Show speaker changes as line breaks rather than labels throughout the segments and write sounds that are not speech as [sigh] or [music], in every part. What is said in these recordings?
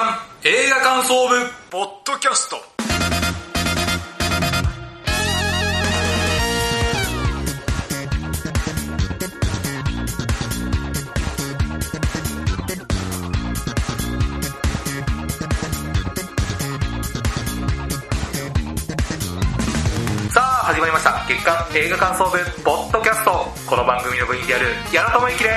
映画感想部ポッドキャストさあ始まりました月刊映画感想部ポッドキャストこの番組の VTR 矢野智之で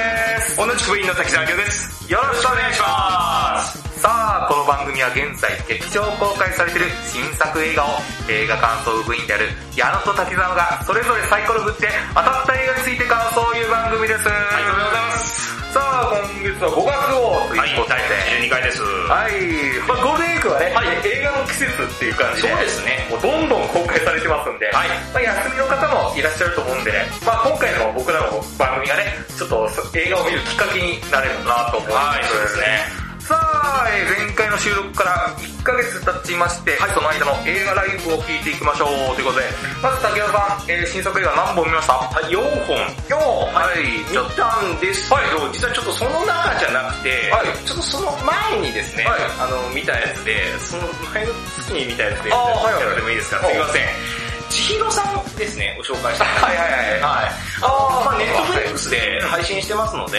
す
同じく部員の滝沢亮です
よろしくお願いしますさあこの番組は現在劇場公開されている新作映画を映画感想部員である矢野と滝沢がそれぞれサイコロ振って当たった映画について感想を言う番組ですあ
りがとうございます
さあ今月は5月号と
はい
いうことで
第12回ですは
はい、まあ、ゴールデンウィークはね、
はい
映画の季節っていう感じで
そうですね
もうどんどん公開されてますんで、
はい
まあ、休みの方もいらっしゃると思うんで、まあ、今回の僕らの番組がねちょっと映画を見るきっかけになればなと思います、
いそうですね
さあ、えー前回の収録から1ヶ月経ちまして、その間の映画ライブを聞いていきましょうということで、まず竹田さん、えー新作映画何本見ましたはい、
い4本
4本はい、
見たんですけど、実はちょっとその中じゃなくて、
はい
ちょっとその前にですね、
はい
あの、見たやつで、その前の月に見たやつ
あ
で、
ーはいはい
やってもいいです
は
かす
い
いません。千尋さんですね、ご紹介したい
はいはいはいはいあー
はい。あの、まあネットフリックスで配信してますので、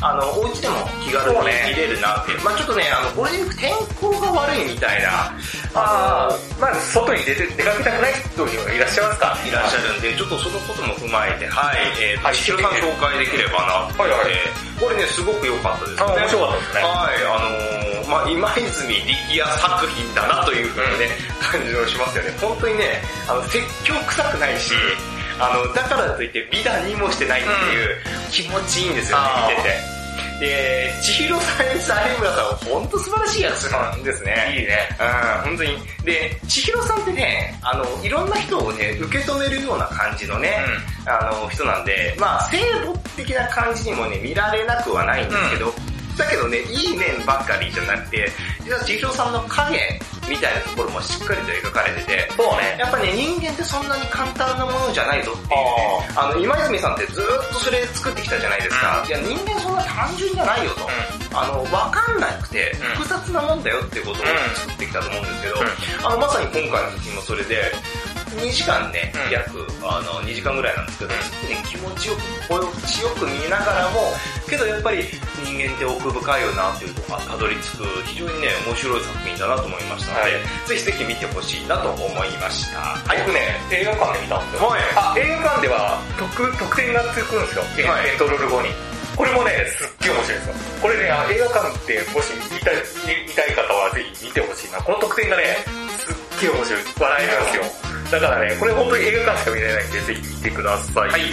あの、お家でも気軽に
そうね
見れるなって。まあちょっとね、あの、ゴールデンウィーク天候が悪いみたいな、
あーまあ外に出て出かけたくない人にはいらっしゃいますから
いらっしゃるんで、ちょっとそのことも踏まえて、はい、えー、
はい
千尋さん紹介できればなって、
はいはい
これね、すごく良かったですね。
あ面白かったですね
はい、あのー、まあ今泉力也作品だなというふうにね、感じをしますよね。本当にね、あの、説教臭くないし、あの、だからといって美談にもしてないっていう、気持ちいいんですよね
あー、
見てて。で、千尋さんにさ、有村さんは本当素晴らしいやつなんですね。
いいね。
うん、本当に。で、千尋さんってね、あの、いろんな人をね、受け止めるような感じのね、あの、人なんで、まあ、聖母的な感じにもね、見られなくはないんですけど、だけどね、いい面ばっかりじゃなくて、実は千尋さんの影みたいなところもしっかりと描かれてて、
そうね。
やっぱね、人間ってそんなに簡単なものじゃないぞっていう
あ
あの、今泉さんってずーっとそれ作ってきたじゃないですか。いや、人間そんな単純じゃないよと。あの、わかんなくて
うん、
複雑なもんだよっていうことを作ってきたと思うんですけど、あの、まさに今回の時もそれで、2時間ね、
うん
約、あの、2時間ぐらいなんですけ
う
ど、
ん
すごくね、気持ちよく、心地よく見えながらも、けどやっぱり人間って奥深いよなっていうとこがたどり着く、非常にね、面白い作品だなと思いましたので、
は
ぜひぜひ見てほしいなと思いました。は
僕ね、映画館で見たんですよ。
はい
あ、映画館では特、特典がつくんですよ。
はい
エントロール後に。これもね、すっげえ面白いですよ。これね、あ映画館でもし見たい、見見たい方はぜひ見てほしいな。この特典がね、すっげえ面白い。笑えるんですよ。だからね、これ本当に映画館しか見れないんで、ぜひ見てください。
はい。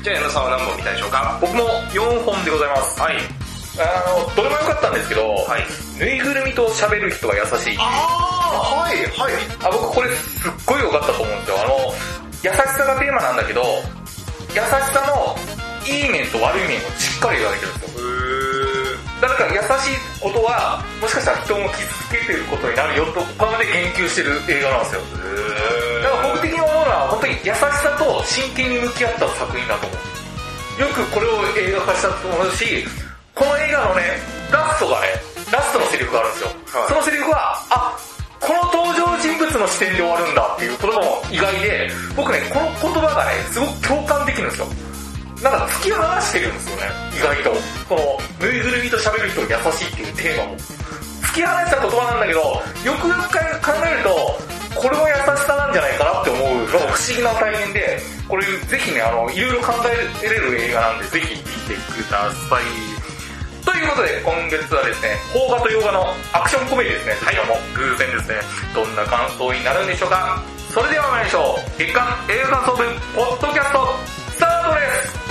じゃあ矢野さんは何本見たでしょうか
僕も4本でございます。
はい。
あの、どれも良かったんですけど、
はい。
ぬいぐるみと喋る人が優しい。
ああはい、はい。
あ僕これすっごい良かったと思うんですよあの優しさがテーマなんだけど優しさのいい面と悪い面をしっかり描いてるんですよだから優しいことはもしかしたら人も傷つけてることになるよと他まで言及してる映画なんですよだから僕的に思うのは本当に優しさと真剣に向き合った作品だと思うよくこれを映画化したと思うしこの映画のねラストがねラストのセリフがあるんですよ、
はい
そのセリフはあこの登場人物の視点で終わるんだっていうことも意外で僕ねこの言葉がねすごく共感できるんですよなんか突き放してるんですよね意外とこのぬいぐるみと喋る人が優しいっていうテーマも突き放した言葉なんだけど、よくよく考えると、これも優しさなんじゃないかなって思う、不思議な体験で、これぜひね、あの、いろいろ考えれる映画なんで、ぜひ見てください。ということで、今月はですね、邦画と洋画のアクションコメディですね、はい、も偶然ですね、どんな感想になるんでしょうか。それでは参りましょう。月刊映画感想文、ポッドキャスト、スタートです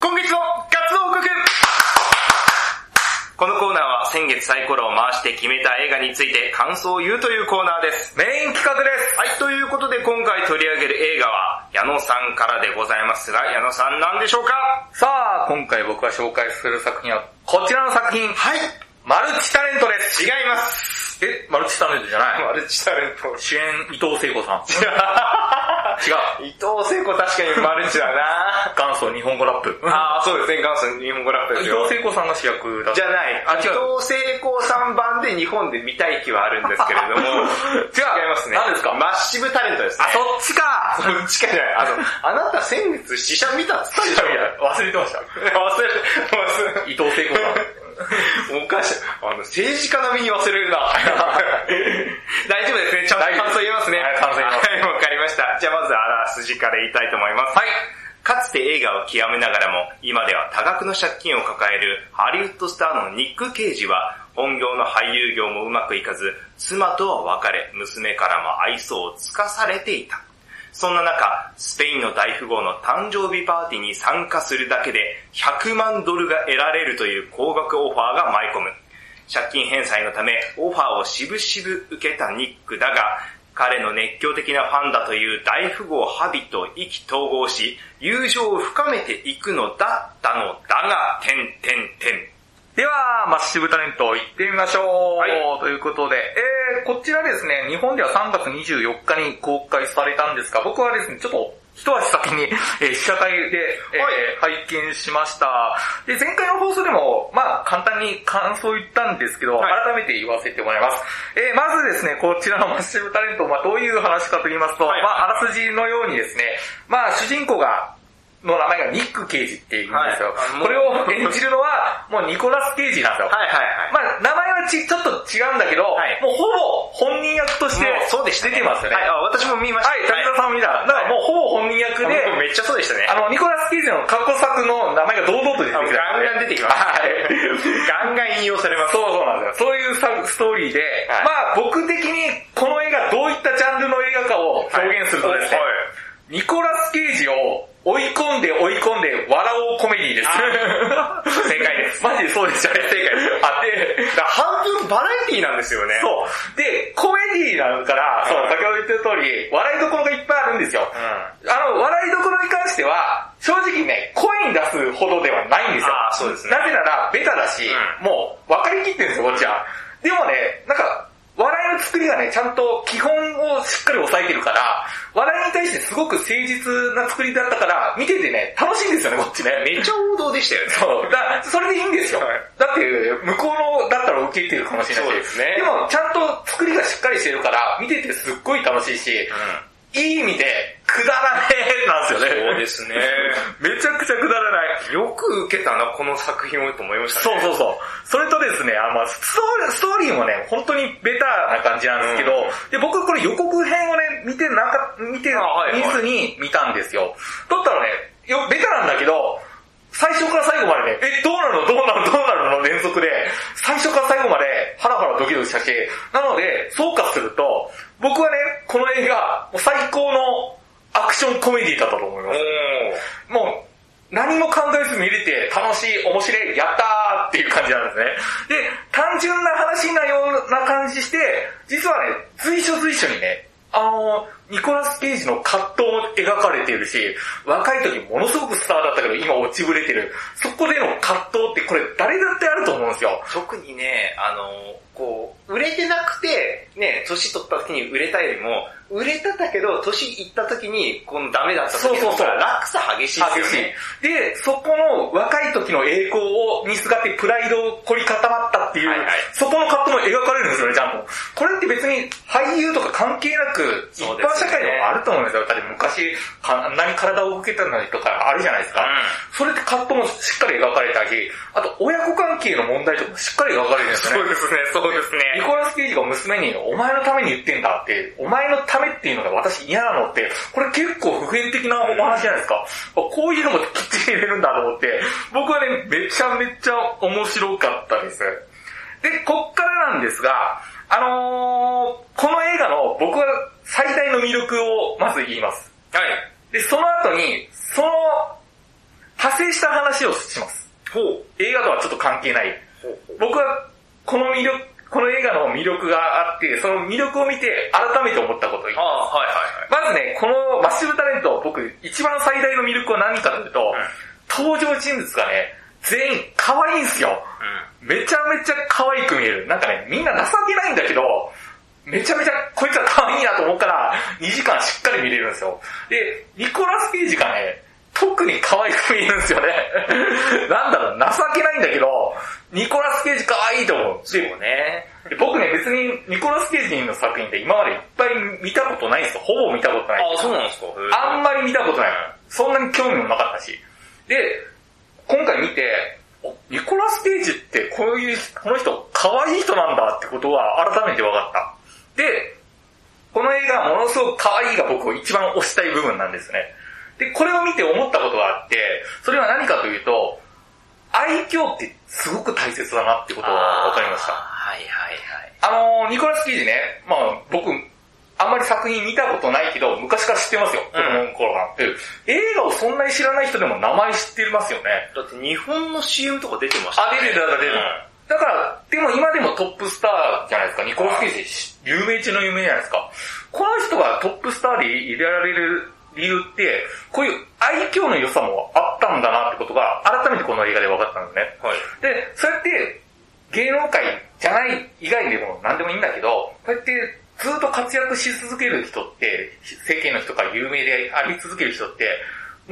今月の活動報告このコーナーは先月サイコロを回して決めた映画について感想を言うというコーナーです。
メイン企画です
はい、ということで今回取り上げる映画は矢野さんからでございますが、矢野さん何でしょうか
さあ、今回僕が紹介する作品は、こちらの作品。はい。マルチタレントです。
違います。
え、マルチタレントじゃない。
マルチタ [laughs] レント。
主演、伊藤聖子さん。違う。
伊藤聖子確かにマルチだな
元祖日本語ラップ。
[laughs] ああ、そうですね、元祖日本語ラップで
伊
す
藤
よ。
聖子さんが主役だった
じゃない。
あ、
伊
違
藤
う。
聖子さん版で日本で見たい気はあるんですけれども。
違
[laughs]
う
違いますね。
何ですか
マッシブタレントですね
あ、。そっ [laughs] ちか
そっちかじゃない。あの、あなた先月試写見たっつったでしょ
いや、忘れてました。
忘れ、忘れ。
伊藤聖子さん。
おかしい。あの、政治家並みに忘れるな。 [laughs] 大丈夫ですね。ちゃんと感想言えますね。
はい感想言えます
はい、わかりました。じゃあまずあらすじから言いたいと思います。
はい。
かつて映画を極めながらも、今では多額の借金を抱えるハリウッドスターのニック・ケイジは、本業の俳優業もうまくいかず、妻とは別れ、娘からも愛想をつかされていた。そんな中、スペインの大富豪の誕生日パーティーに参加するだけで100万ドルが得られるという高額オファーが舞い込む。借金返済のためオファーをしぶしぶ受けたニックだが、彼の熱狂的なファンだという大富豪ハビと意気投合し、友情を深めていくのだったのだが、てんてんてん。
では、マッシブタレント行ってみましょう。
はい
ということで、えー、こちらですね、日本では3月24日に公開されたんですが、僕はですね、ちょっと、一足先に、えー試写会で、えー拝見しました。で、前回の放送でも、まあ簡単に感想言ったんですけど、
はい
改めて言わせてもらいます。えー、まずですね、こちらのマッシブタレント、まあどういう話かと言いますと、
はい
まああらすじのようにですね、まあ主人公が、の名前がニック・ケイジっていうんですよ。
はいあもう
これを演じるのは、もうニコラス・ケイジなんですよ。
いはい
まあ、名前はちちょっと違うんだけど、
はい
もうほぼ本人役として
もうそうでした
出てますよね。
はい、
はい、
あ私も見ました。
武田さんも見た。だからもうほぼ本人役で、
あもうめっちゃそうでしたね。
あの、ニコラス・ケイジの過去作の名前が堂々と出てき
あ
た
もうガンガン出てきます。
はい。
[laughs] ガンガン引用されます。
そうそうなんですよ。そういうさストーリーで、
はい
まあ僕的にこの映画どういったジャンルの映画かを表現するとですね、
はい
ニコラス・ケイジを追い込んで追い込んで笑おうコメディです。
正解で
[laughs]
す。
マジでそうでしたね。
正解です
あで、
だから半分バラエティなんですよね。う。
そう。で、コメディなのから、そう、先ほど言った通り、笑いどころがいっぱいあるんですよ。
ん。
あの、笑いどころに関しては、正直ね、声に出すほどではないんですよ。
あーそうですね
なぜなら、ベタだし、
うん
もう、分かりきってるんですよ、こっちは。でもね、なんか、笑いの作りがね、ちゃんと基本をしっかり抑えてるから、笑いに対してすごく誠実な作りだったから、見ててね、楽しいんですよね、こっちね。
めっちゃ王道でしたよね。
そう。だ、それでいいんですよ。
はい
だって、向こうのだったら受けてるかもしれないし。
そうですね
でも、ちゃんと作りがしっかりしてるから、見ててすっごい楽しいし、いい意味で、くだらねえなんですよね。
そうです [laughs] ね。
めちゃくちゃくだらない。
よく受けたな、この作品をと思いました
そう
ね。
そうそう。それとですね、あの、ストーリーストーリーもね、本当にベタな感じなんですけど、
う
で、僕これ予告編をね、見て、なんか、見て、
あはいはい
見ずに見たんですよ。だったらね、よ、ベタなんだけど、最初から最後までね、え、どうなのどうなのどうなのの連続で、最初から最後まで、ハラハラドキドキしたし、なので、総括すると、僕はね、この映画、もう最高のアクションコメディだったと思います。もう、何も考えず見れて、楽しい、面白い、やったーっていう感じなんですね。で、単純な話なような感じして、実はね、随所随所にね、あのー、ニコラス・ケイジの葛藤も描かれているし、若い時ものすごくスターだったけど、今落ちぶれてる。そこでの葛藤ってこれ誰だってあると思うんですよ。
特にね、あの、こう、売れてなくて、ね、年取った時に売れたよりも、売れたんだけど、年いった時に、このダメだった時
そうそうそう
の落差激しいですよね。
で、そこの若い時の栄光をにすがってプライドを凝り固まったっていう、
はいはい
そこの葛藤も描かれるんですよね、ちゃんと。これって別に俳優とか関係なく、一
そう
般
ですね
社会でもあると思うんですよ。だって昔、あんなに体を受けたのにとかあるじゃないですか。それって葛藤もしっかり描かれたり、あと親子関係の問題とかもしっかり描かれるんですよね。
ですね、そうです
ニ。コラス・ケイジが娘に、お前のために言ってんだって、お前のためっていうのが私嫌なのって、これ結構普遍的なお話じゃないですか。こういうのもきっちり入れるんだと思って、僕はね、めちゃめちゃ面白かったです。で、こっからなんですが、あのー、この映画の僕は最大の魅力をまず言います。
はい。
で、その後に、その、派生した話をします。
ほう。
映画とはちょっと関係ない。
ほうほう。
僕はこの魅力、この映画の魅力があって、その魅力を見て改めて思ったことを言う
ああ、はいはいはい。
まずね、このマッシブタレント、僕一番最大の魅力は何かというと、
うん
登場人物がね、全員可愛いんすよ。めちゃめちゃ可愛く見える。なんかね、みんな情けないんだけど、めちゃめちゃこいつは可愛いなと思うから、2時間しっかり見れるんですよ。で、ニコラス・ケイジがね、特に可愛く見えるんですよね。 [laughs] なんだろう、情けないんだけど、ニコラス・ケイジ可愛いと思う。
そうね。
で僕ね、別にニコラス・ケイジの作品って今までいっぱい見たことないんですよ。ほぼ見たことない。
あ、そうなんですか。
あんまり見たことない。そんなに興味もなかったし。で、今回見て、おニコラス・ケイジってこういう、この人、可愛い人なんだってことは改めて分かった。で、この映画はものすごく可愛いが僕を一番推したい部分なんですね。で、これを見て思ったことがあって、それは何かというと、愛嬌ってすごく大切だなってことが分かりました。
はいはいはい。
あのーニコラス・ケイジね、まあ僕、あんまり作品見たことないけど、昔から知ってますよ、子供の頃から。で映画をそんなに知らない人でも名前知ってますよね。
だって日本の CM とか出てました
あ、出てた、出てた。だから、でも今でもトップスターじゃないですか、ニコラス・ケイジ、有名中の有名じゃないですか。この人がトップスターで入れられる理由って、こういう愛嬌の良さもあったんだなってことが、改めてこの映画で分かったんですね。
た。はい。
で、そうやって、芸能界じゃない以外でも何でもいいんだけど、そうやってずっと活躍し続ける人って、世間の人から有名であり続ける人って、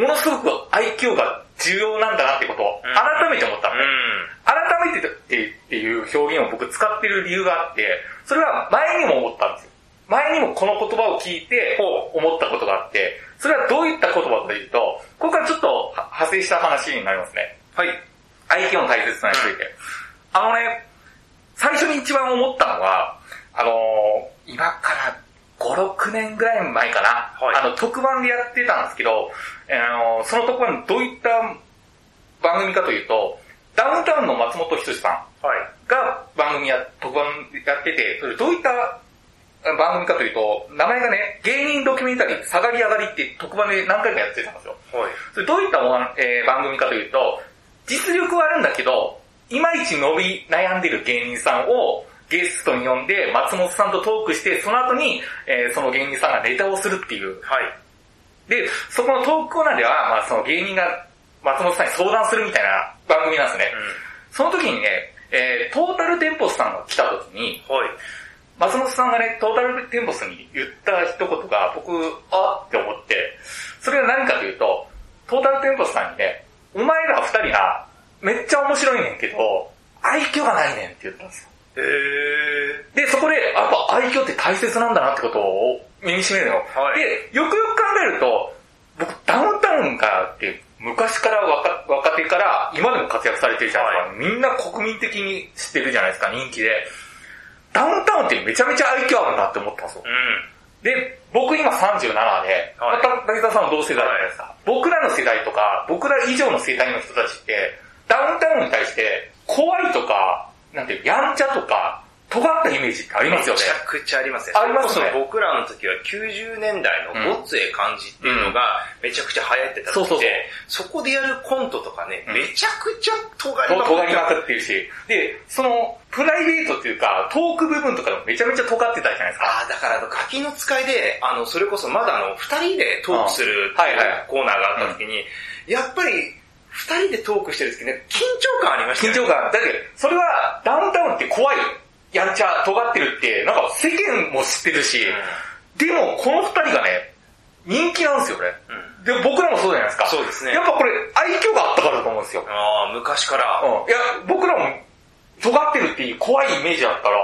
ものすごく愛嬌が重要なんだなってことを
うん
改めて思ったのね。
うん。
改めてっていう表現を僕使ってる理由があって、それは前にも思ったんですよ。前にもこの言葉を聞いて思ったことがあって、それはどういった言葉かというと、ここからちょっとは派生した話になりますね。
はい。
愛嬌の大切さについて。あのね、最初に一番思ったのは、あのー今から5、6年ぐらい前かな、
はい
あの、特番でやってたんですけど、あのーその特番どういった番組かというと、ダウンタウンの松本人志さん
はい。
が番組や、特番やってて、それどういった番組かというと、名前がね、芸人ドキュメンタリー、下がり上がりって特番で何回もやってたんですよ。
はい。
それどういったもん、えー番組かというと、実力はあるんだけど、いまいち伸び悩んでる芸人さんをゲストに呼んで、松本さんとトークして、その後に、えーその芸人さんがネタをするっていう。
はい。
で、そこのトークコーナーでは、まあその芸人が松本さんに相談するみたいな番組なんですね。その時にね、えートータルテンポスさんが来た時に、
うん。はい。
松本さんがね、トータルテンボスに言った一言が、僕、あって思って、それが何かというと、トータルテンボスさんにね、お前ら二人が、めっちゃ面白いねんけど、愛嬌がないねんって言ったんですよ。
へー。
で、そこで、やっぱ愛嬌って大切なんだなってことを身にしめるの。
はい
で、よくよく考えると、僕、ダウンタウンからって、昔から若若手から今でも活躍されてるじゃないですか。みんな国民的に知ってるじゃないですか、人気で。ダウンタウンってめちゃめちゃ愛嬌あるなって思ったんですよ。
うん。
で、僕今37で、
はい
また滝沢さんは同世代じゃないですか。僕らの世代とか、僕ら以上の世代の人たちって、ダウンタウンに対して、怖いとか、なんていう、やんちゃとか、尖ったイメージってありますよね
[laughs] めち。ゃくちゃありますね。
ありますね
それこそ僕らの時は90年代のごっつええ感じっていうのがめちゃくちゃ流行ってた
そうそう
時
そう
で、そこでやるコントとかね、
うん
めちゃくちゃ尖り
と
まく
尖りま
って
くってるし。で、その、プライベートっていうか、トーク部分とかでもめちゃめちゃ尖ってたじゃないですか。
ああ、だからあの、ガキの使いで、あの、それこそまだあの、二人でトークする
あはいはい
コーナーがあった時に、やっぱり、二人でトークしてる時ね、緊張感ありました
緊
よね。
張感。だって、それは、ダウンタウンって怖い、やんちゃ、尖ってるって、なんか世間も知ってるし、でも、この二人がね、人気なんですよね。
うん
で、僕らもそうじゃないですか。
そうですね
やっぱこれ、愛嬌があったからだと思うんですよ。
ああ、昔から。
うん。いや、僕らも、尖ってるっていう怖いイメージだったら、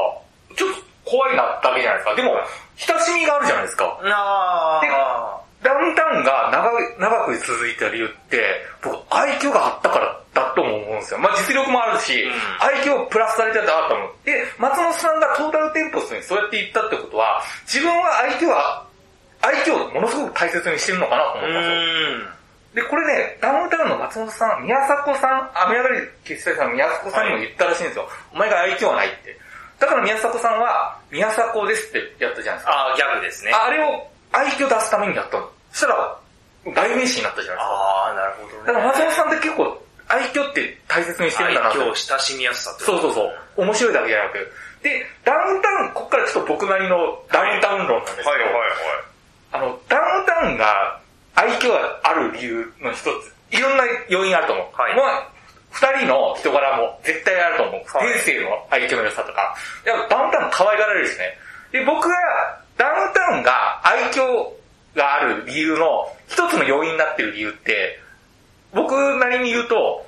ちょっと怖いなだけじゃないですか。でも、親しみがあるじゃないですか。
ああ。
ダウンタウンが長い長く続いた理由って、僕、愛嬌があったからだとも思うんですよ。まあ実力もあるし、
うん
愛嬌をプラスされてたなと思う。で、松本さんがトータルテンポスにそうやって言ったってことは、自分は愛嬌は、愛嬌をものすごく大切にしてるのかなと思
う
ったんですよ。
ん。
で、これね、ダウンタウンの松本さん、宮迫さん、雨上がり決済さんの宮迫さんにも言ったらしいんですよ。お前が愛嬌はないって。だから宮迫さんは、宮迫ですってやったじゃないですか。
ああ、ギャグですね。
ああれを愛嬌出すためにやったの。そしたら、代名詞になったじゃない
ああ、なるほ
ですか。だから松
ね。
本さんって結構、愛嬌って大切にしてるんだな
愛
と。
嬌、親しみやすさと。
そうそうそう。面白いだけじゃなく。で、ダウンタウン、ここからちょっと僕なりのダウンタウン論なんですけど、あの、ダウンタウンが愛嬌がある理由の一つ、いろんな要因あると思う。
はい
まあ、二二人の人柄も絶対あると思う。
はい
人生の相手の良さとか。やっぱダウンタウン可愛がられるしね。で、僕がダウンタウンが愛嬌がある理由の一つの要因になってる理由って、僕なりに言うと、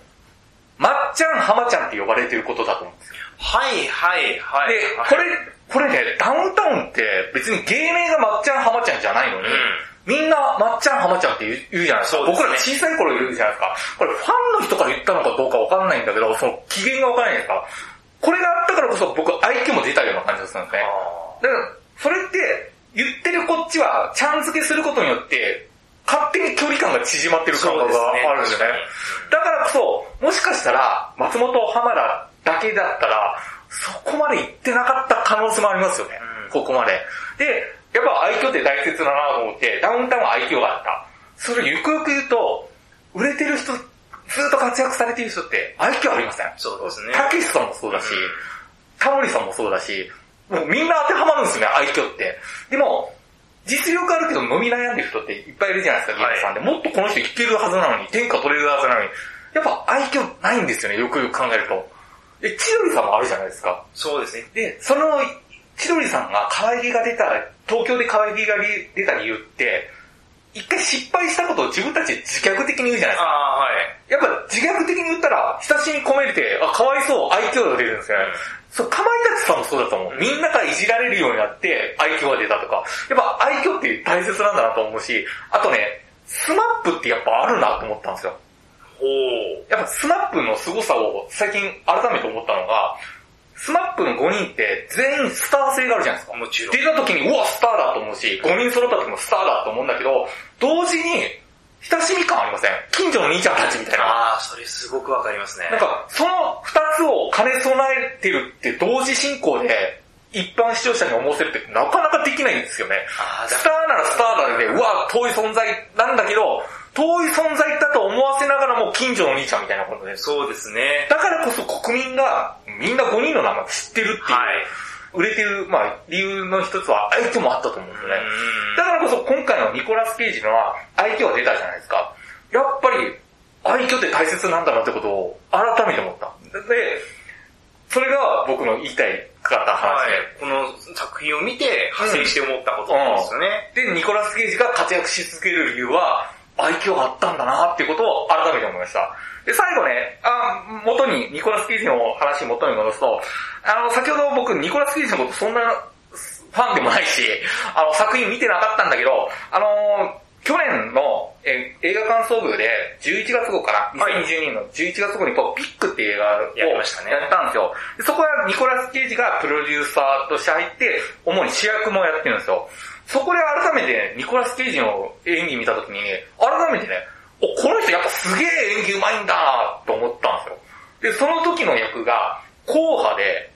まっちゃん、はまちゃんって呼ばれてることだと思うんですよ。
はいはいはい。
で、これ、これね、ダウンタウンって別に芸名がまっちゃん、はまちゃんじゃないのに、
うん
みんなまっちゃん、はまちゃんって言う言うじゃないですか。
そうですね
僕ら小さい頃言うじゃないですか。これファンの人から言ったのかどうかわかんないんだけど、その機嫌がわかんないんですか。これがあったからこそ僕は相手も出たような感じがするんですね。だから、それって言ってるこっちはちゃん付けすることによって、勝手に距離感が縮まってる感
そう
覚
です
が
ね。
あるんですよね。だからこそ、もしかしたら、松本浜田だけだったら、そこまで行ってなかった可能性もありますよね。
うん
ここまで。で、やっぱ愛嬌って大切だなと思って、ダウンタウンは愛嬌があった。それゆくゆく言うと、売れてる人、ずっと活躍されてる人って愛嬌ありません。
そうですね。
たけしさんもそうだし、タモリさんもそうだし、もうみんな当てはまるんですよね、愛嬌って。でも、実力あるけど飲み悩んでる人っていっぱいいるじゃないですか、
はい
芸人さんで。もっとこの人いけるはずなのに、天下取れるはずなのに。やっぱ愛嬌ないんですよね、よくよく考えると。で、千鳥さんもあるじゃないですか。
そうですね。
で、その千鳥さんが可愛げが出た、東京で可愛げが出た理由って、一回失敗したことを自分たちで自虐的に言うじゃないですか
ああ、はい。
やっぱ自虐的に言ったら、親しみ込めれて、あ、かわいそう、愛嬌が出るんですよね。そう、かまいたちさんもそうだと思う。みんながいじられるようになって、愛嬌が出たとか。やっぱ愛嬌って大切なんだなと思うし、あとね、スマップってやっぱあるなと思ったんですよ。
おー。
やっぱスマップの凄さを最近改めて思ったのが、スマップの5人って全員スター性があるじゃないですか。
もちろん
出。た時に、うわ、スターだと思うし、5人揃った時もスターだと思うんだけど、同時に、親しみ感ありません近所の兄ちゃんたちみたいな。
ああ、それすごくわかりますね。
なんか、その二つを兼ね備えてるって同時進行で、一般視聴者に思わせるってなかなかできないんですよね。
あーだ
スターならスターだで、うわ、遠い存在なんだけど、遠い存在だと思わせながらも近所のお兄ちゃんみたいなことです。
そうですね。
だからこそ国民が、みんな5人の名前知ってるっていう、
はい。
売れてる、まあ、理由の一つは相手もあったと思うんですよね。だからこそ今回のニコラス・ケイジのは愛嬌が出たじゃないですか。やっぱり愛嬌って大切なんだなってことを改めて思った。で、それが僕の言いたいかった話
はい。この作品を見て、派生して思ったことですよね。
で、で、ニコラス・ケイジが活躍し続ける理由は愛嬌があったんだなっていうことを改めて思いました。で、最後ね、あ元に、ニコラス・ケイジの話元に戻すと、あの、先ほど僕、ニコラス・ケイジのことそんなファンでもないし、あの、作品見てなかったんだけど、あのー去年のえー映画館総部で11月号から、
はい
2020年の11月号にこうビッグっていう映画を
やりましたね
やったんですよ。でそこはニコラス・ケイジがプロデューサーとして入って、主に主役もやってるんですよ。そこで改めてニコラス・ケイジの演技見たときに、改めてね、お、この人やっぱすげえ演技うまいんだなと思ったんですよ。で、その時の役が、硬派で、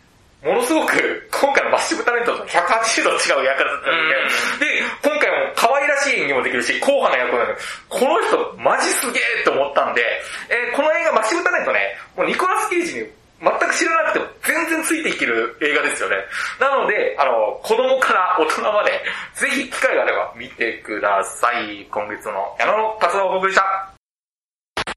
ものすごく、今回のマッシブタレントと180度違う役だったんで、で、今回も可愛らしい演技もできるし、硬派な役なんで、この人マジすげえと思ったんで、えーこの映画マッシブタレントね、もうニコラス・ケイジに全く知らなくても全然ついていける映画ですよね。なので、あの、子供から大人まで、ぜひ機会があれば見てください。今月の矢野の活動をお送りした。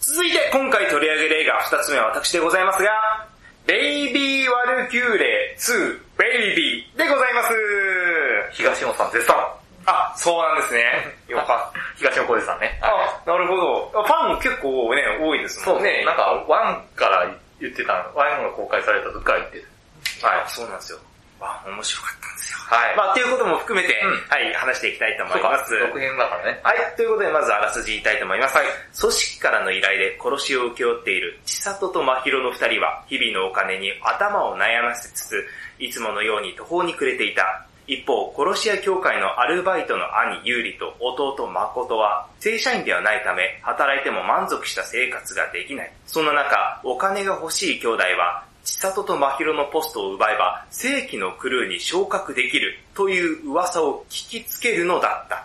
続いて、今回取り上げる映画二つ目は私でございますが、ベイビー・ワルキューレ2、ベイビーでございます。
東野さん絶賛。
あ、そうなん [laughs] ですね。よかった。
東野浩二さんね。
あ、なるほど。ファンも結構ね、多いです
そ
も
うんね
ね。、
なんか、ワンから言ってたの、ワンが公開された時から言ってる。
はい、そうなんですよ。あ、面白かったんですよ。
はい。
まあ、っていうことも含めて、
うん
はい、話していきたいと思
そう
います。
か、続編だからね。
はい、ということでまずあらすじ言いたいと思います。組織からの依頼で殺しを請け負っている千里と真宙の二人は、日々のお金に頭を悩ませつつ、いつものように途方に暮れていた。一方、殺し屋協会のアルバイトの兄、優里と弟、誠は、正社員ではないため、働いても満足した生活ができない。そんな中、お金が欲しい兄弟は、千里と真宙のポストを奪えば、正規のクルーに昇格できるという噂を聞きつけるのだった。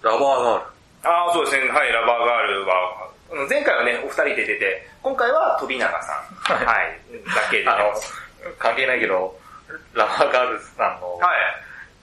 ラバーガール。
ああ、そうですね。はい、ラバーガールは、あの前回はね、お二人で出て、今回は飛永さん、
はい
はい、だけで。
あ
はい。
の、関係ないけど、ラバーガールズさんの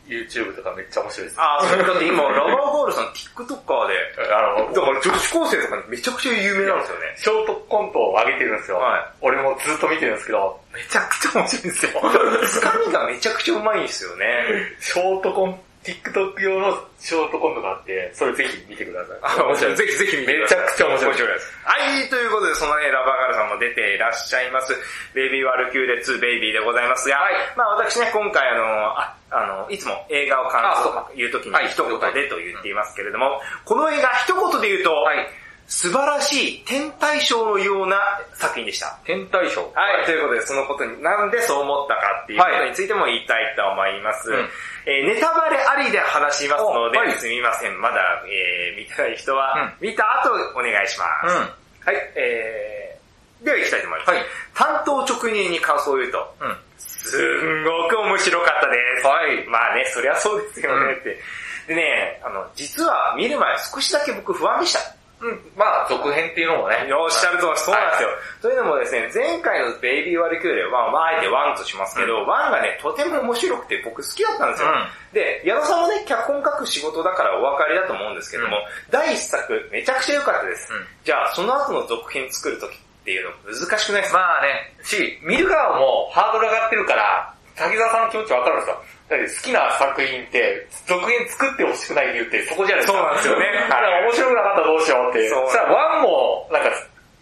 YouTube とかめっちゃ面白いです。
ああ、それだって今、ラバーガールさん、TikToker で、
あの、
だから女子高生とかにめちゃくちゃ有名なんですよね。
ショートコントを上げてるんですよ。
は
俺もずっと見てるんですけど、めちゃくちゃ面白いんですよ。
[laughs] つかみがめちゃくちゃうまいんですよね。
ショートコン、TikTok 用のショートコントがあって、それぜひ見てください。
ぜひぜひ見てください
めちゃくちゃ面白い
です。はい、ということで、そのね、ラバーガールさんも出ていらっしゃいます。ベイビーワルキューレ2ベイビーでございますが、まあ私ね、今回あの、ああの、いつも映画を感
あ
想
そう
と
か
いう時に
はい
一言でと言っていますけれども、この映画一言で言うと、
はい
素晴らしい天体ショーのような作品でした。
天体ショー。
はい、ということで、そのことに、なんでそう思ったかっていうことについても言いたいと思います。
はいうん
えーネタバレありで話しますので、
おはい
すみません、まだ、えー見てない人は、見た後お願いします。
うん
はい、えー、では行きたいと思います。
はい
担当直入に感想を言うと、
うん。
すんごく面白かったです。
はい
まあね、そりゃそうですよね
う
って。でね、あの、実は見る前少しだけ僕不安でした。
うん。まあ、続編っていうのもね。
よっしゃると、そうなんですよ
は。
というのもですね、前回のベイビーワルキューレは、まあ、あえてワンとしますけど、ワンがね、とても面白くて僕好きだったんですよ。
う
で、矢野さんもね、脚本書く仕事だからお分かりだと思うんですけども、
うん
第一作めちゃくちゃ良かったです。
うん
じゃあ、その後の続編作るときっていうの難しくないですか、
まあね、し、見る側もハードル上がってるから、滝沢さんの気持ちわかるんですよ。だって好きな作品って、続編作ってほしくない理由ってそこじゃないですか。
そうなんです
[laughs]
よね
だから面白くなかったらどうしようって。
そう
そしたらワンも、なんか、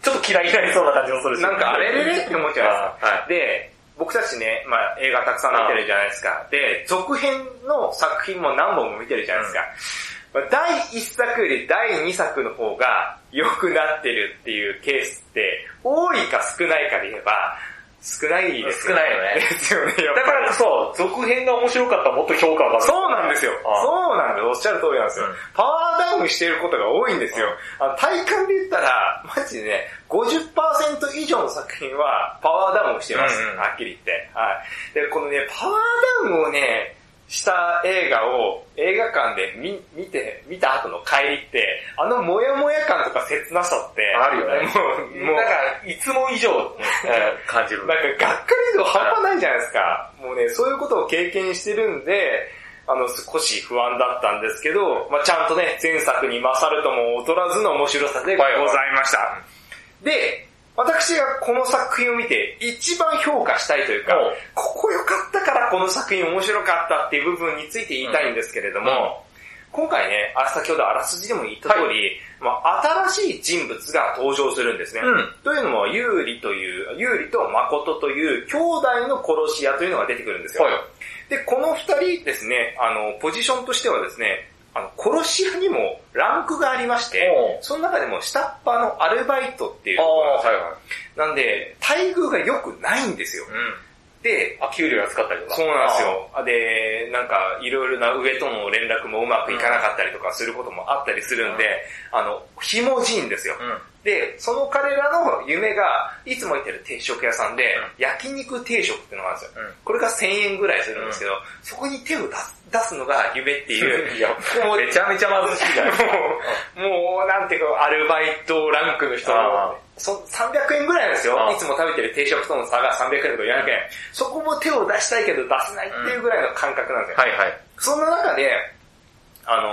ちょっと嫌いになりそうな感じもするし。
なんかあれれれって思っちゃいますか
あはい
で、僕たちね、まあ映画たくさん見てるじゃないですか。で、続編の作品も何本も見てるじゃないですか。まあ第1作より第2作の方が良くなってるっていうケースって、多いか少ないかで言えば、少ないです
少
よね。
ないよね
[laughs] ですよね、やっ
だ
ぱり
からこそ、続編が面白かったらもっと評価が上がる。
そうなんですよ。
ああ
そうなんです。おっしゃる通りなんですよ
うん。
パワーダウンしていることが多いんですよ。あの体感で言ったら、マジでね、50%以上の作品はパワーダウンをしてます。
うんうん
はっきり言って。はい。で、このね、パワーダウンをね、した映画を映画館で見見て、見た後の帰りって、あのモヤモヤ感とか切なさって、
あるよね
もう、もう、
なんか、いつも [laughs] 以上、うん感じる。
なんかがっかり度半端ないじゃないですか。もうね、そういうことを経験してるんで、あの、少し不安だったんですけど、まあちゃんとね、前作に勝るとも劣らずの面白さでございました。で、私がこの作品を見て一番評価したいというか
おう、
ここ良かったからこの作品面白かったっていう部分について言いたいんですけれど
う
も、
ん
今回ね、あ先ほどあらすじでも言った通り、まあ、新しい人物が登場するんですね。
うん
というのも、有利という、有利と誠という兄弟の殺し屋というのが出てくるんですよ。
はい
で、この二人ですね、あの、ポジションとしてはですね、あの、殺し屋にもランクがありまして
お、う
その中でも下っ端のアルバイトっていう
あ
ところ
あ、
なんです
は
よ
いはい。
なんで、待遇が良くないんですよ。
う
で、
ん。あ、給料安かったりとか。
そうなんですよ。あで、なんか、いろいろな上との連絡もうまくいかなかったりとかすることもあったりするんで、あの、ひもじいんですよ。
あー。うん。
で、その彼らの夢が、いつも行ってる定食屋さんで、焼肉定食ってのがあるんですよ。
うん
これが1000円ぐらいするんですけど、そこに手を出す出すのが夢って
[laughs]
いう、
いや、
もう
めちゃめちゃ貧しいじゃないですか。
もう、なんていうか、アルバイトランクの人
あ
の、そ300円ぐらいなんですよ
あ。あ
いつも食べてる定食との差が300円とか400円。そこも手を出したいけど出せないっていうぐらいの感覚なんですよ。
いはい。
そんな中で、あの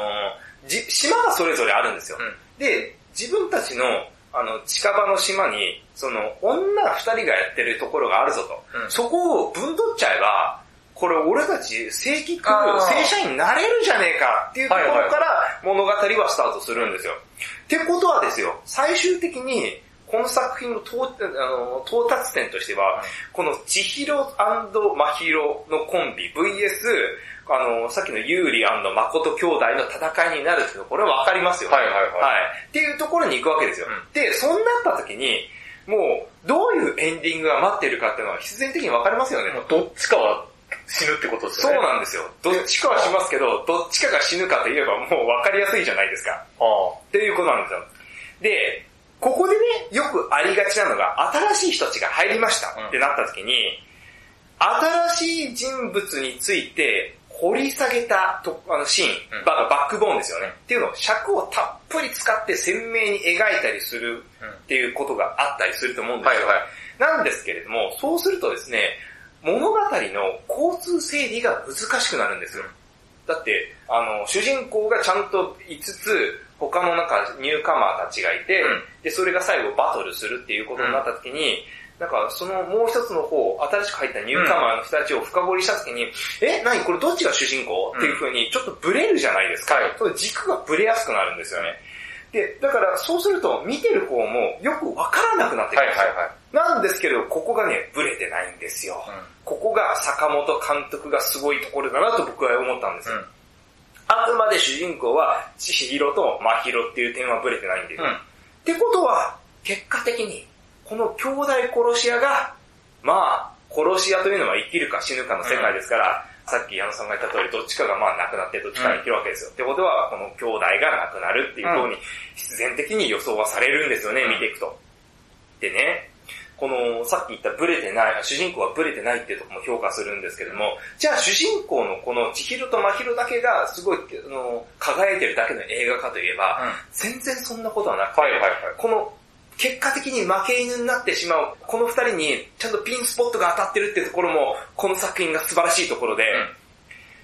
ーじ、島がそれぞれあるんですよ。
うん
で、自分たちの、あの、近場の島に、その、女二人がやってるところがあるぞと。
うん
そこを分取っちゃえば、これ俺たち正規クル
あ
ー、
ー
正社員になれるじゃねえかっていうところ
はいはい
から物語はスタートするんですよ。ってことはですよ、最終的に、この作品の到あの到達点としては、この千尋真尋のコンビ VS、あの、さっきのユーリ誠兄弟の戦いになるっていうのこれわかりますよね。
はいはいはい
っていうところに行くわけですよ。
うん
で、そうなった時に、もう、どういうエンディングが待ってるかっていうのは必然的にわかりますよね。
もうどっちかは死ぬってことです
そ
よ
う
ね。
なんですよ。どっちかはしますけど、どっちかが死ぬかといえばもうわかりやすいじゃないですか。
ああ
っていうことなんですよ。で、ここでね、よくありがちなのが、新しい人たちが入りましたってなった時に、新しい人物について、掘り下げたとあのシーン、
うん
バカバックボーンですよね。っていうのを尺をたっぷり使って鮮明に描いたりするっていうことがあったりすると思うんです
はい
よ。
はい。
なんですけれども、そうするとですね、物語の交通整理が難しくなるんですよ。だって、あの、主人公がちゃんと5つ、他のなんかニューカマーたちがいて、
うん
で、それが最後バトルするっていうことになった時に、なんかそのもう一つの方、新しく入ったニューカマーの人たちを深掘りした時に、え、何これどっちが主人公っていう風にちょっとブレるじゃないですか。その軸がブレやすくなるんですよね。で、だからそうすると見てる方もよくわからなくなってく
は
る
い
んですよ。
はいはい。
なんですけど、ここがね、ブレてないんですよ。ここが坂本監督がすごいところだなと僕は思ったんですよ。
うん
あくまで主人公は千尋と真尋っていう点はブレてないんです
う
よ。
ん
ってことは、結果的に、この兄弟殺し屋が、まあ、殺し屋というのは生きるか死ぬかの世界ですから、さっき矢野さんが言った通り、どっちかがまあ亡くなってどっちかが生きるわけですよ。ってことは、この兄弟が亡くなるっていうように、必然的に予想はされるんですよね、
うん
見ていくと。でね、この、さっき言ったブレてない、主人公はブレてないっていうところも評価するんですけども、じゃあ主人公のこの千尋と真尋だけがすごい、あの、輝いてるだけの映画かといえば、全然そんなことはなくて、
はいはいはい。
この、結果的に負け犬になってしまう、この二人にちゃんとピンスポットが当たってるってところも、この作品が素晴らしいところで、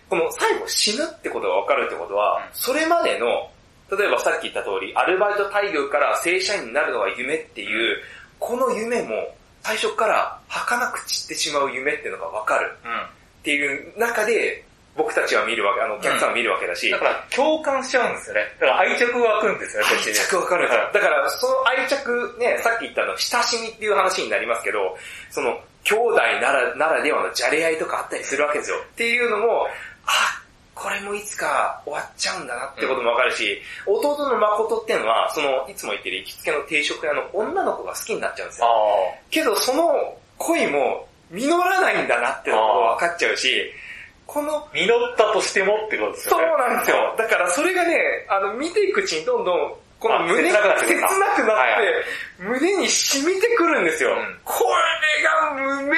この最後死ぬってことがわかるってことは、
うん
それまでの、例えばさっき言った通り、アルバイト大業から正社員になるのが夢っていう、この夢も最初から儚く散ってしまう夢っていうのがわかる
うん。うん
っていう中で、僕たちは見るわけ、あの、お客さんは見るわけだし、
だから共感しちゃうんですよね。だから愛着が湧くんですよね、こっち
愛
に
着わかる
だか
だから、その愛着ね、さっき言ったの、親しみっていう話になりますけど、その、兄弟なら、ならではのじゃれ合いとかあったりするわけですよ。っていうのも、あ、これもいつか終わっちゃうんだなってこともわかるし、弟の誠っていうのは、その、いつも言ってる行きつけの定食屋の女の子が好きになっちゃうんですよ。
あ
けどその恋も実らないんだなってのも分かっちゃうし、この
あ。実ったとしてもってことです
そ
よ
う
ね。
なんですよ。だからそれがね、あの、見ていくうちにどんどん、この胸が
あ切なくなって
切
くる
なくなっ
はいはい
て、胸に染みてくるんですよ
うん。
これがうめえな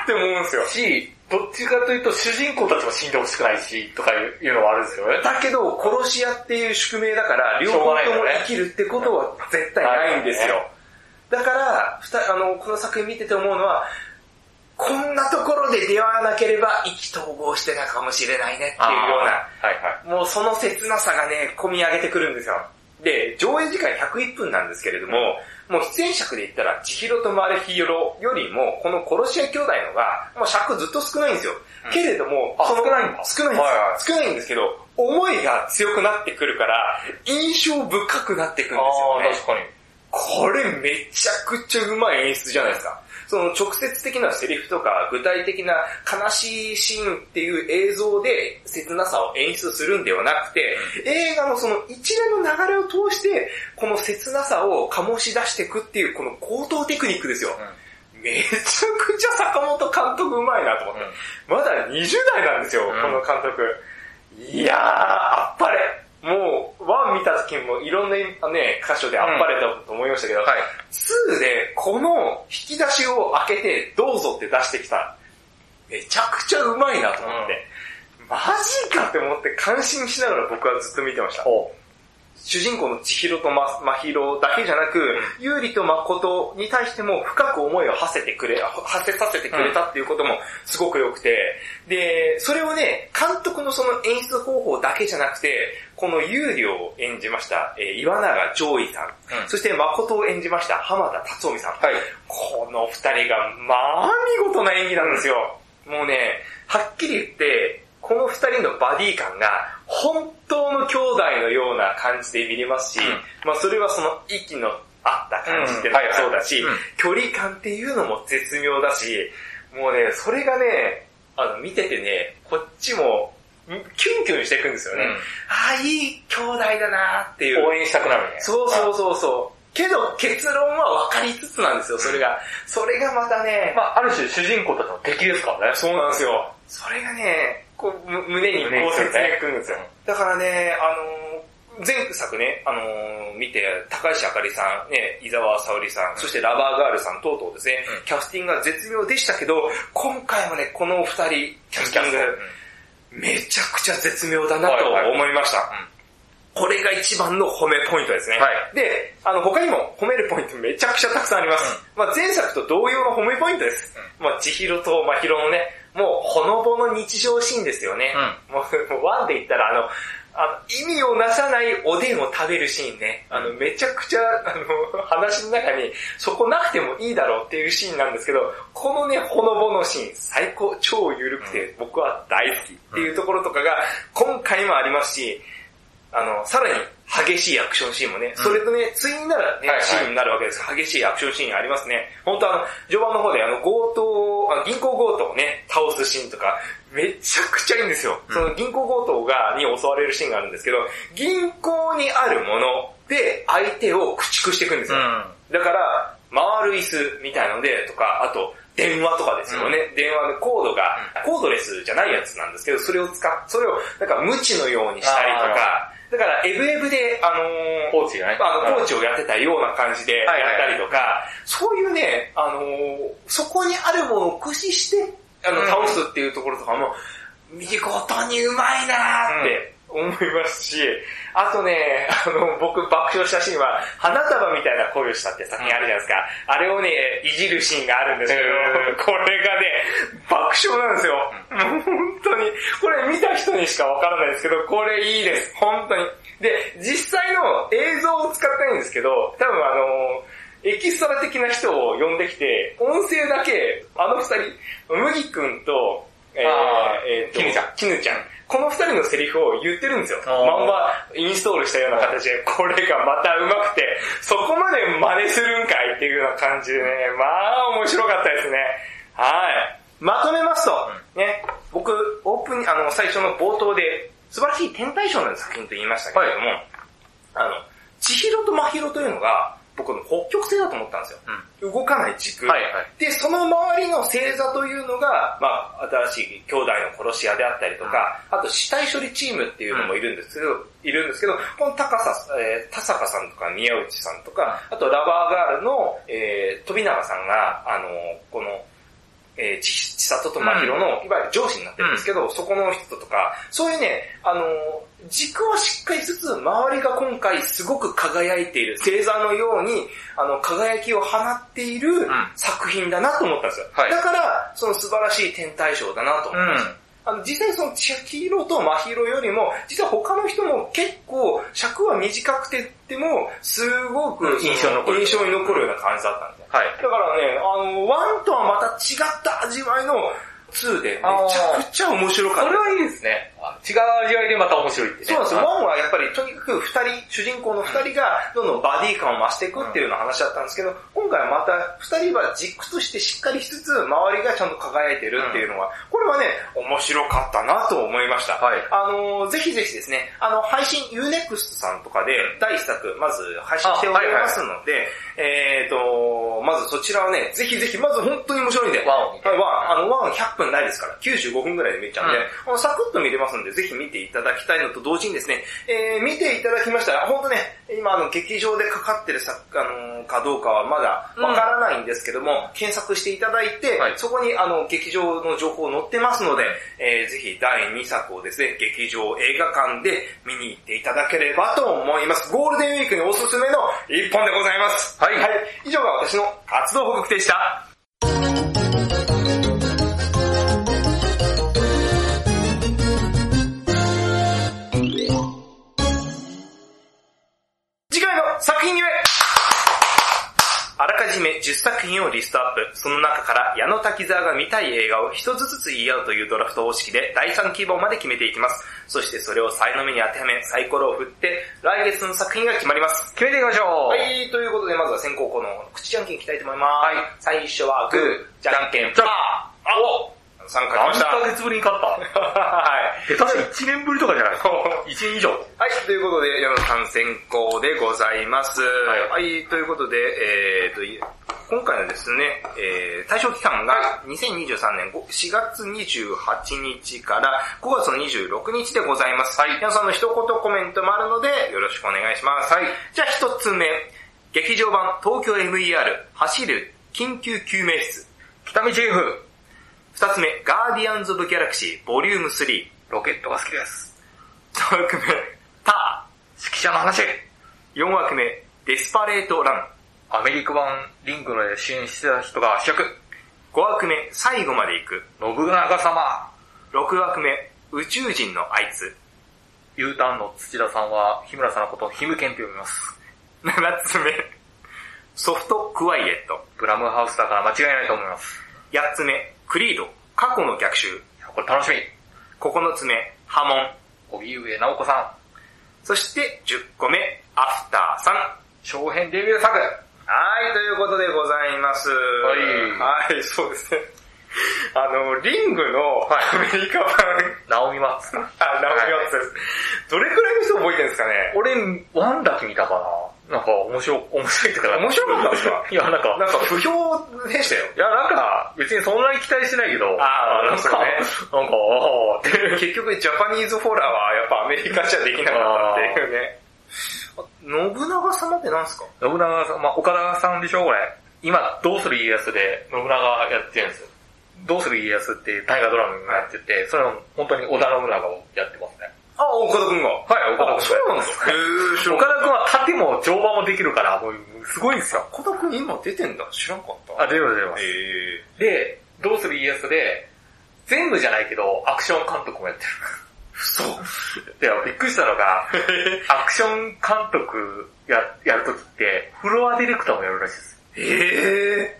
ーって思うんですよ。
し、どっちかというと主人公たちも死んでほしくないし、とかいうのはあるんですよね。
だけど、殺し屋っていう宿命だから、両方とも生きるってことは絶対ないんですよ。だから、ふたあの、この作品見てて思うのは、こんなところで出会わなければ意気投合してたかもしれないねっていうような、
はいは
もうその切なさがね、込み上げてくるんですよ。で、上映時間101分なんですけれども、もう出演尺で言ったら、千尋とマルヒヨロよりも、この殺し屋兄弟のが、もう尺ずっと少ないんですよ。
うん
けれども、
あ
その
少ないんだ
少ないん
はい
です、
はい
少ないんですけど、思いが強くなってくるから、印象深くなってくるん
い。ああ、
ですよね。
確かに。
これめちゃくちゃうまい演出じゃないですか。その直接的なセリフとか具体的な悲しいシーンっていう映像で切なさを演出するんではなくて、映画のその一連の流れを通して、この切なさを醸し出していくっていうこの高等テクニックですよ。めちゃくちゃ坂本監督うまいなと思って。まだ20代なんですよ、
うん
この監督。いやー、あっぱれ。もう、ワン見た時もいろんなね、箇所であっぱれだと思いましたけど、
はい。
2でこの引き出しを開けてどうぞって出してきた。めちゃくちゃうまいなと思って。マジかって思って感心しながら僕はずっと見てました。
ほ
主人公の千尋とま真尋だけじゃなく、優里と誠に対しても深く思いを馳せてくれ、馳せさせてくれたっていうこともすごく良くて、で、それをね、監督のその演出方法だけじゃなくて、この優里を演じました、えー岩永上位さん、
うん
そして誠を演じました浜田達臣さん、
はい。
この二人が、まあ、見事な演技なんですよ。もうね、はっきり言って、この二人のバディ感が、本当の兄弟のような感じで見れますし、
うん
まあそれはその息の合った感じって
う
いうんの
はい
も
はい
そうだし、
うん
距離感っていうのも絶妙だし、もうね、それがね、あの、見ててね、こっちも、んキュンキュンしていくんですよね。
うん
ああ、いい兄弟だなっていう。
応援したくなるね。
そうそうそうそう。けど結論は分かりつつなんですよ、それが。それがまたね、
まあある種主人公たちの敵ですからね。
そうなんですよ。それがね、こうむ胸にこう説明がくるんですよ
うん。
だからね、あのー前作ね、あのー見て、高橋あかりさん、ね、伊沢沙織さん、そしてラバーガールさん等々ですね、
うん
キャスティングが絶妙でしたけど、今回もね、このお二人、キャスティング、めちゃくちゃ絶妙だなと思いました。
いはい
これが一番の褒めポイントですね。
はい
で、あの、他にも褒めるポイントめちゃくちゃたくさんあります。まあ前作と同様の褒めポイントです。まあ千尋と真尋のね、もうほのぼの日常シーンですよね。もう、もうワンで言ったらあの、あの意味をなさないおでんを食べるシーンね。あの、めちゃくちゃ、あの、話の中に、そこなくてもいいだろうっていうシーンなんですけど、このね、ほのぼのシーン、最高、超緩くて、僕は大好きっていうところとかが、今回もありますし、あの、さらに激しいアクションシーンもね、それとね、ついにならね
はいは、い
シーンになるわけです。激しいアクションシーンありますね。本当あの、序盤の方であの、強盗を、あ銀行強盗をね、倒すシーンとか、めちゃくちゃいいんですよ。その銀行強盗が、に襲われるシーンがあるんですけど、銀行にあるもので、相手を駆逐していくんですよ。だから、回る椅子みたいので、とか、あと、電話とかですよね。電話のコードが、コードレスじゃないやつなんですけど、それを使っ、それを、なんか、無知のようにしたりとか、だから、エブエブで、あのー
ポーチがね。
あの、コーチをやってたような感じでや
はいはい
ったりとか、そういうね、あのーそこにあるものを駆使して、あの、
うん
倒すっていうところとかも、見事にうまいなーって思いますし、あとね、あの、僕爆笑したシーンは、花束みたいな恋をしたって作品あるじゃないですか。あれをね、いじるシーンがあるんですけ
へ
ど、これがね、爆笑なんですよ。もう本当に。これ見た人にしかわからないですけど、これいいです。本当に。で、実際の映像を使ってないんですけど、多分あの、エキストラ的な人を呼んできて、音声だけ、あの二人、麦くんと、えー
あー
えーと
絹ちゃん
絹ちゃん。この二人のセリフを言ってるんですよ。
あー
まんまインストールしたような形で、これがまた上手くて、そこまで真似するんかいっていうような感じでね、まあ面白かったですね。はい。まとめますと、ね、僕、オープン、あの、最初の冒頭で、素晴らしい天体ショーの作品と言いましたけれども、あの、千尋と真尋というのが、僕の北極星だと思ったんですよ。動かない軸。
はいはい
で、その周りの星座というのが、まあ、新しい兄弟の殺し屋であったりとか、あと死体処理チームっていうのもいるんですけど、いるんですけど、この高さ、えー田坂さんとか宮内さんとか、あとラバーガールの、えー、富永さんが、あのこの、えー、ち千里と真宙の、いわゆる上司になってるんですけど、そこの人とか、そういうね、あのー軸はしっかりしつつ、周りが今回すごく輝いている、星座のように、あの、輝きを放っている作品だなと思ったんですよ。
はい
だから、その素晴らしい天体ショーだなと思いました。
うん
あの、実際にその千尋と真尋よりも、実は他の人も結構尺は短くてっても、すごく
うん印象に残る
印象に残るような感じだったんで。
はい。
だからね、あの、1とはまた違った味わいの2でめちゃくちゃ面白かっ
そ
た
れ。はいいですね。あ違う味わいでまた面白いってね。
そうなんですよ。1
は
はやっぱりとにかく2人、主人公の2人がどんどんバディ感を増していくっていうような話だったんですけど、今回はまた2人は軸としてしっかりしつつ、周りがちゃんと輝いてるっていうのは、これはね、面白かったなと思いました。
い。
あのーぜひぜひですね、あの、配信 Unext さんとかで、第1作、まず配信しておりますので、えっ、と、まずそちらをね、ぜひぜひ、まず本当に面白いんで、
ワンを見て
はい、ワン、あの、ワン100分ないですから、95分くらいで見ちゃうんで、
うん
あのサクッと見れますんで、ぜひ見ていただきたいのと同時にですね、えー、見ていただきましたら、本当ね、今あの、劇場でかかってる作家のかどうかはまだわからないんですけども、検索していただいて、
はい
そこにあの、劇場の情報載ってますので、えー、ぜひ第2作をですね、劇場映画館で見に行っていただければと思います。ゴールデンウィークにおすすめの一本でございます。
はい
はい。以上が私の活動報告でした。次回の作品に目あらかじめ10作品をリストアップ、その中から矢野滝沢が見たい映画を一つずつ言い合うというドラフト方式で第3希望まで決めていきます。そしてそれを才の目に当てはめ、サイコロを振って、来月の作品が決まります。
決めていきましょう。
はい、ということでまずは先行後の口じゃんけんいきたいと思います。はい、最初はグー、じゃんけん、パーあお参加
何
しました。
ヶ月ぶりに勝った
はい。
下手したら1年ぶりとかじゃない ?1 年以上。
はい、ということで、矢野さん先行でございます。は、
はい
ということで、えーとい、今回のですね、えー、対象期間が2023年ご4月28日から5月の26日でございます。はい。矢野さんの一言コメントもあるので、よろしくお願いします。はい。じゃあ一つ目、劇場版東京 MER 走る緊急救命室。
北見チーフ。
二つ目、ガーディアンズ・オブ・ギャラクシーボリューム3。
ロケットが好きです。3枠目、ター、指揮者の話。
4枠目、デスパレートラン。
アメリカ版リングの支援してた人が主役。
5枠目、最後まで行く。
信長様。
6枠目、宇宙人のあいつ。
U ターンの土田さんは日村さんのことをヒムケンって呼びます。
7つ目、ソフトクワイエット。
ブラムハウスだから間違いないと思います。
8つ目、クリード。過去の逆襲。
いやこれ楽しみ。
9つ目、波紋。
荻上直子さん、
そして10個目、アフターさん。
長編デビュー作。
はい、ということでございます。
は
はい、そうですね。あの、リングのアメリカ版、
ナオミ・マッツ。
あ、ラブヨッツです。どれくらいの人覚えてるんですかね
[laughs] 俺、ワンだけ見たかな。なんか面白、面白いってか
面白かったんですか
[laughs] いや、なんか、
なんか不評でしたよ。
いや、なんか、別にそんなに期待してないけど、
あー
なんか、
そうね
なんか、あーって。
[laughs] 結局ジャパニーズホラーはやっぱアメリカじゃできなかったっていうね。あ信長様ってなんですか
信長さん、まあ、岡田さんでしょこれ。今、どうする家康で信長やってるんですよ。どうする家康って大河ドラマになってて、それの本当に織田信長をやってますね。
あ、岡田くんが。
はい、岡
あ、
田
そ
君
うなんですかへー知らん
岡田君は盾も乗馬もできるから、もう、すごいんですよ。
岡田くん今出てんだ。知らんかった。
あ、出ます出ます。
え
で、どうする家康で、全部じゃないけど、アクション監督もやって
嘘。
る。で、びっくりしたのが、
[laughs]
アクション監督ややるときって、フロアディレクターもやるらしいです。
ええ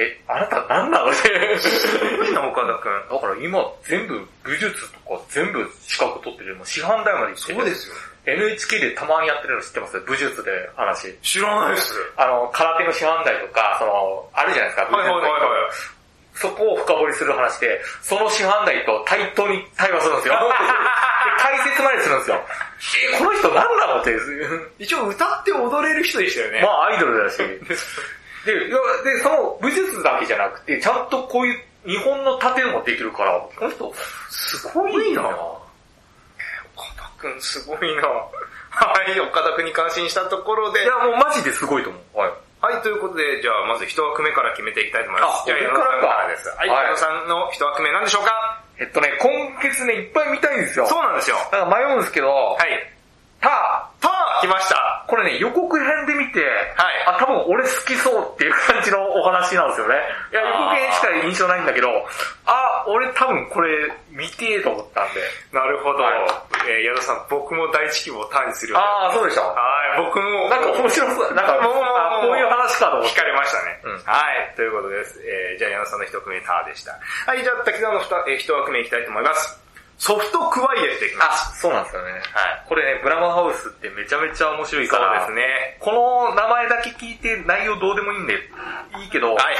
え、あなた何なのって。
すごいな、岡田くん。
[laughs] だから今全部武術とか全部資格取ってる。もう師範代まで行ってる。
すよ。
NHK でたまにやってるの知ってます武術で話。
知らないです。
あの、空手の師範代とか、その、あるじゃないですか、
はいはいはいはい
武術そこを深掘りする話で、その師範代と対等に対話するんで
[laughs]
すよ。で解説までするんですよ。え、この人何なのっていう。。
一応歌って踊れる人でしたよね。
まあアイドル
[laughs]
だし。で、いやで、その武術だけじゃなくて、ちゃんとこういう日本の盾もできるから、この人、
すごいな。岡田くんすごいな。はい、岡田くんに感心したところで
い。やもうマジですごいと思う。はい。
はい、ということで、じゃあまず一枠目から決めていきたいと思います。
あ
じゃあ、矢野
僕から
さん
か
からです。はい、
はい
矢野さんの一枠目なんでしょうか
えっとね、今月ね、いっぱい見たいんですよ。
そうなんですよ。は
だから迷うんですけど、
い。
た
ターン来ました。
これね、予告編で見て、
はい
あ、多分俺好きそうっていう感じのお話なんですよね。いや、予告編しか印象ないんだけど、あ、俺多分これ見てえと思ったんで。
なるほど。
はい
えー、矢野さん、僕も第一希望をターンにするように
ああ、そうでした。
はい、僕も。
なんか面白そう。なんか、
もうもうもう
あこういう話かと思っ
惹
て
か。れましたね。
うん
はい、ということです。えー、じゃあ矢野さんの一枠目ターンでした。はい、じゃあ滝沢の二、えー、一枠目いきたいと思います。ソフトクワイエットいきま
あ
す。、
そうなんですよね。
はい。
これね、ブラマハウスってめちゃめちゃ面白い
そ
から、
うですね。
この名前だけ聞いて内容どうでもいいんで、いいけど、
はいはい。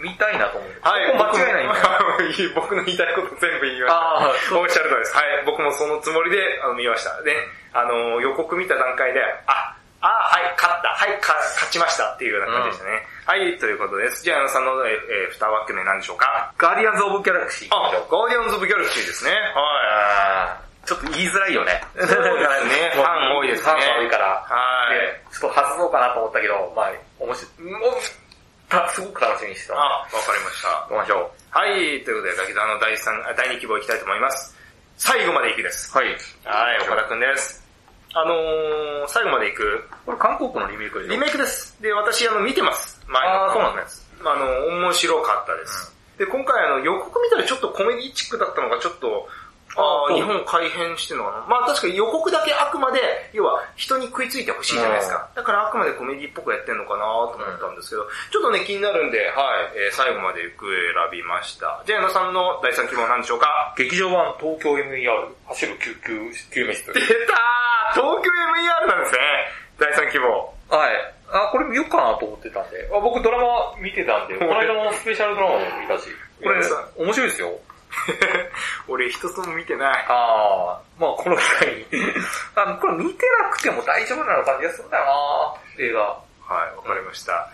見たいなと思う。
はい、
ここ間違いないんだよ。
僕も [laughs] 僕の言いたいこと全部言いました。
ああ、
[laughs] おっしゃるとりです。はい、僕もそのつもりであの見ました。で、あの、予告見た段階で、あ、あはい、勝った、はい、か勝ちましたっていうような感じでしたね。はい、ということです。じゃあ、矢野さんの、えーえー、2枠目なんでしょうか
ガーディアンズ・オブ・ギャラクシー。
あ、ガーディアンズ・オブ・ギャラクシーですね。は
あーちょっと言いづらいよね。
そうですねファン多いです
[laughs]
ね
ファンが多いから。
はい
でちょっと外そうかなと思ったけど、まあ、面白い、もうたすごく楽しみにしてた
あ、わかりました。
行きましょ
はい、ということで、滝沢の第三、あ第2希望いきたいと思います。最後まで行くです。
う。はい。
はい、岡田くんです。あのー、最後まで行く、
これ韓国のリメイクでしょ
リメイクです。で、私、あの、見てます。前の
あーそうなんです。
あの、面白かったです。で、今回、あの、予告見たらちょっとコメディチックだったのが、ちょっと、あ
あーそ
あ、
う
日本改変してんのかな。まあ確かに予告だけあくまで、要は人に食いついてほしいじゃないですか。だからあくまでコメディっぽくやってんのかなと思ったんですけど、ちょっとね気になるんで、はい、えー最後まで行く選びました。じゃあ矢野さんの第3希望なんでしょうか
劇場版東京 MER 走る救急救命室。
[laughs] 出たー東京 MER なんですね第3希望。 [laughs]
はい。あ、これ見ようかなと思ってたんで。あ僕ドラマ見てたんで、この間のスペシャルドラマも見たし。これ、
いやさ
面白いですよ。
俺一つも見てない。
ああ、まあこの機会に。 [laughs] あこれ見てなくても大丈夫なの感じがするんだよな映画。
はい、わかりました。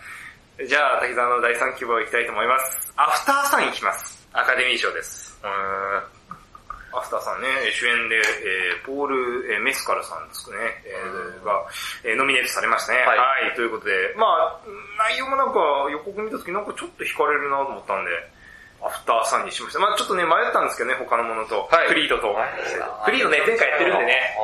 じゃあ、滝沢の第3希望いきたいと思います。アフターさんいきます。アカデミー賞です。アフターさんね、主演で、えーポール、えーメスカルさんですね、えー
うん
が、えーノミネートされましたね。は、
はいい
ということで、まあ内容もなんか予告見た時なんかちょっと惹かれるなと思ったんで、アフターサンにしました。まあちょっとね、迷ったんですけどね、他のものと。
はい
クリードと。クリードね、前回やってるんでね。。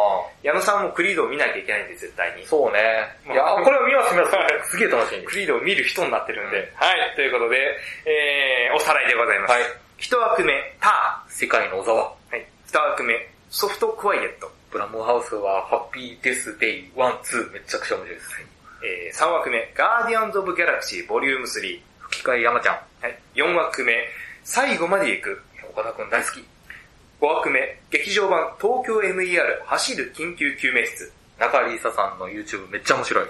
矢野さんもクリードを見なきゃいけないんで、絶対に
うん。そうね。
まあ
いや、これは見ます、見ます。すげえ楽しみです。
クリードを見る人になってるんで。
うん
はい。ということで、えー、おさらいでございます。
はい。
一枠目、タ
世界の小沢。
ー。はい。二枠目、ソフトクワイエット。
ブラムハウスは、ハッピーデスデイ1、2、めちゃくちゃ面白いです。
えー、3枠目、ガーディアンズ・オブ・ギャラクシー、ボリューム3。
吹き替え山ちゃん。
はい。4枠目、最後まで行く。
岡田くん大好き。
5枠目、劇場版、東京 MER、走る緊急救命室。
中里依紗さんの YouTube めっちゃ面白い。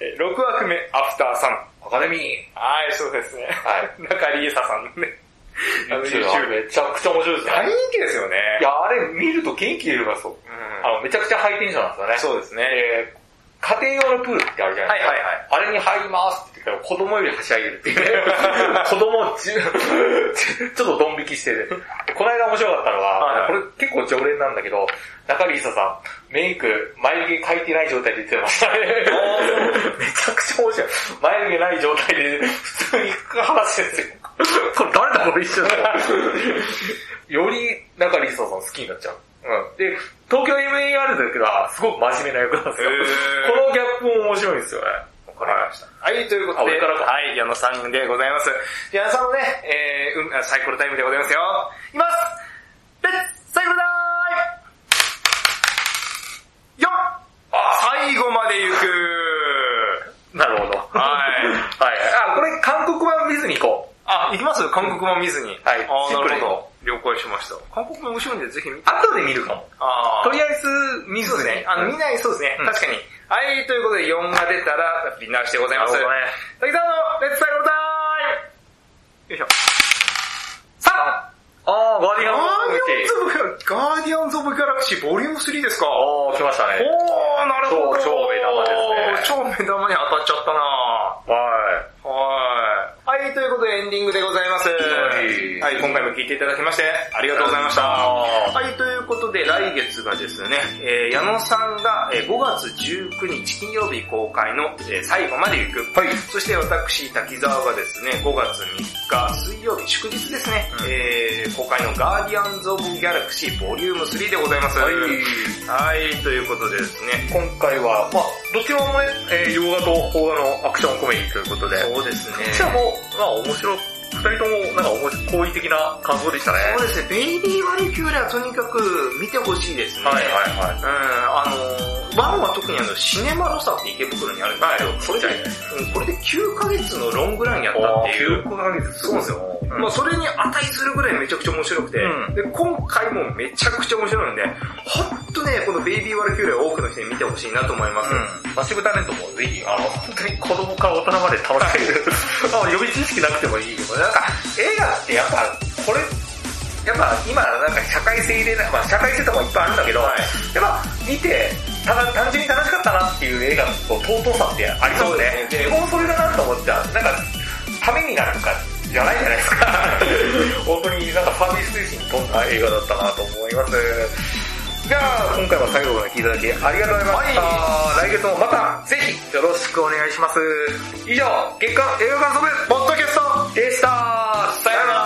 えー6枠目、アフターサン。
アカデミー。
はい、そうですね。
はい。
[laughs] 中里依紗さんのね、あの
YouTube
YouTube。
めちゃくちゃ面白いですね。
大人気ですよね。
いや、あれ見ると元気出るからそう。
うん
あの、めちゃくちゃハイテンションなんですよね。
そうですね。
えー、家庭用のプールってあるじゃないですか。
はいはいはい
あれに入りますって言ったら子供よりはしゃいでるっていうね。子供じ、 [laughs] ちょっとドン引きしてて。この間面白かったのは、
はいはい
これ結構常連なんだけど、中里依紗さん、メイク、眉毛描いてない状態で出てましたね。めちゃくちゃ面白い。眉毛ない状態で普通に話してるんですよ。これ誰だこれ一緒だよ。より中里依紗さん好きになっちゃう。うん。で、東京 MAR だけど、すごく真面目な役なんですよ。
へー
このギャップも面白いんですよね。わ
わかりました。はい、ということ
あ
で、
俺からか
はい、矢野さんでございます。矢野さんのね、えー、うんあ、サイコロタイムでございますよ。いきますレッツサイコロタイムよっ最後まで行く
なるほど。
はい
[laughs] はい。あ、これ韓国版見ずに行こう。
あ、行きます韓国も見ずに。
はい
あー
シンプ
な
ル
る
に
ほど。了解しました。韓国も面白いんで、ぜひ見て。
後で見るかも。
あ
とりあえず見ず
そうです
に
ね。。あの、見ない、そうですね。
うん
確かに。はい、ということで4が出たら、ビンナーしてござい
な
ま
る
す。
ほどね。
滝沢のレッツサイコロタイムよいしょ。さあ
あー、ガーディ
ガ
アン
ー
ズ・オブ・ギャラクシー
ディアンズ・オブ・ギャラクシーボリューム3ですかお
おー、来ましたね。
ー、なるほど。
超超目玉ですね
超目玉に当たっちゃったな
は
はい。はい、ということでエンディングでございます。
い
はい、今回も聞いていただきまして、ありがとうございました。
あ
はい、ということで来月がですね、えー矢野さんがえー5月19日金曜日公開のえー最後まで行く。はい。そして私、滝沢がですね、5月3日水曜日祝日ですね、
うん
えー公開のガーディアンズ・オブ・ギャラクシーボリューム3でございます。
はい。
はい、ということでですね、
今回は、まあどちらもね、えー洋画と邦画のアクションコメディということで、
そうですね。
こちらも、まあ面白い、二人ともなんか面白い好意的な感想でしたね。
そうですね、ベイビー・マリキューレはとにかく見てほしいですね。
はいはいはい。
うん、あのー、ワンは特にあの、シネマロサって池袋にあるんですけど、これで、うんこれで9ヶ月のロングランやったっていう。
9ヶ月
そうですよ。まあそれに値するぐらいめちゃくちゃ面白くて、
うん
で、今回もめちゃくちゃ面白いんで、ほんとね、このベイビー・ワルキューレは多くの人に見てほしいなと思います。
うん。パッシブタレントもぜひ、あの、本当に子供から大人まで楽しめ [laughs] る。まあ予備知識なくてもいいけど、なんか映画ってやっぱ、これ、やっぱ今なんか社会性でな、まあ社会性とかもいっぱいあるんだけど、
はい
やっぱ見て、ただ単純に楽しかったなっていう映画の尊さってありますね。
そうですねで
僕もそれだなと思ってた。なんか、ためになるか、じゃないじゃないですか。 [laughs] 本当になんかサービス精神に富んだ映画だったなと思います。じゃあ、今回は最後まで聞いていただきありがとうございました。来月もまたぜひよろしくお願いします。以上、月間映画館遊ぶポッドキャストでした。さようなら。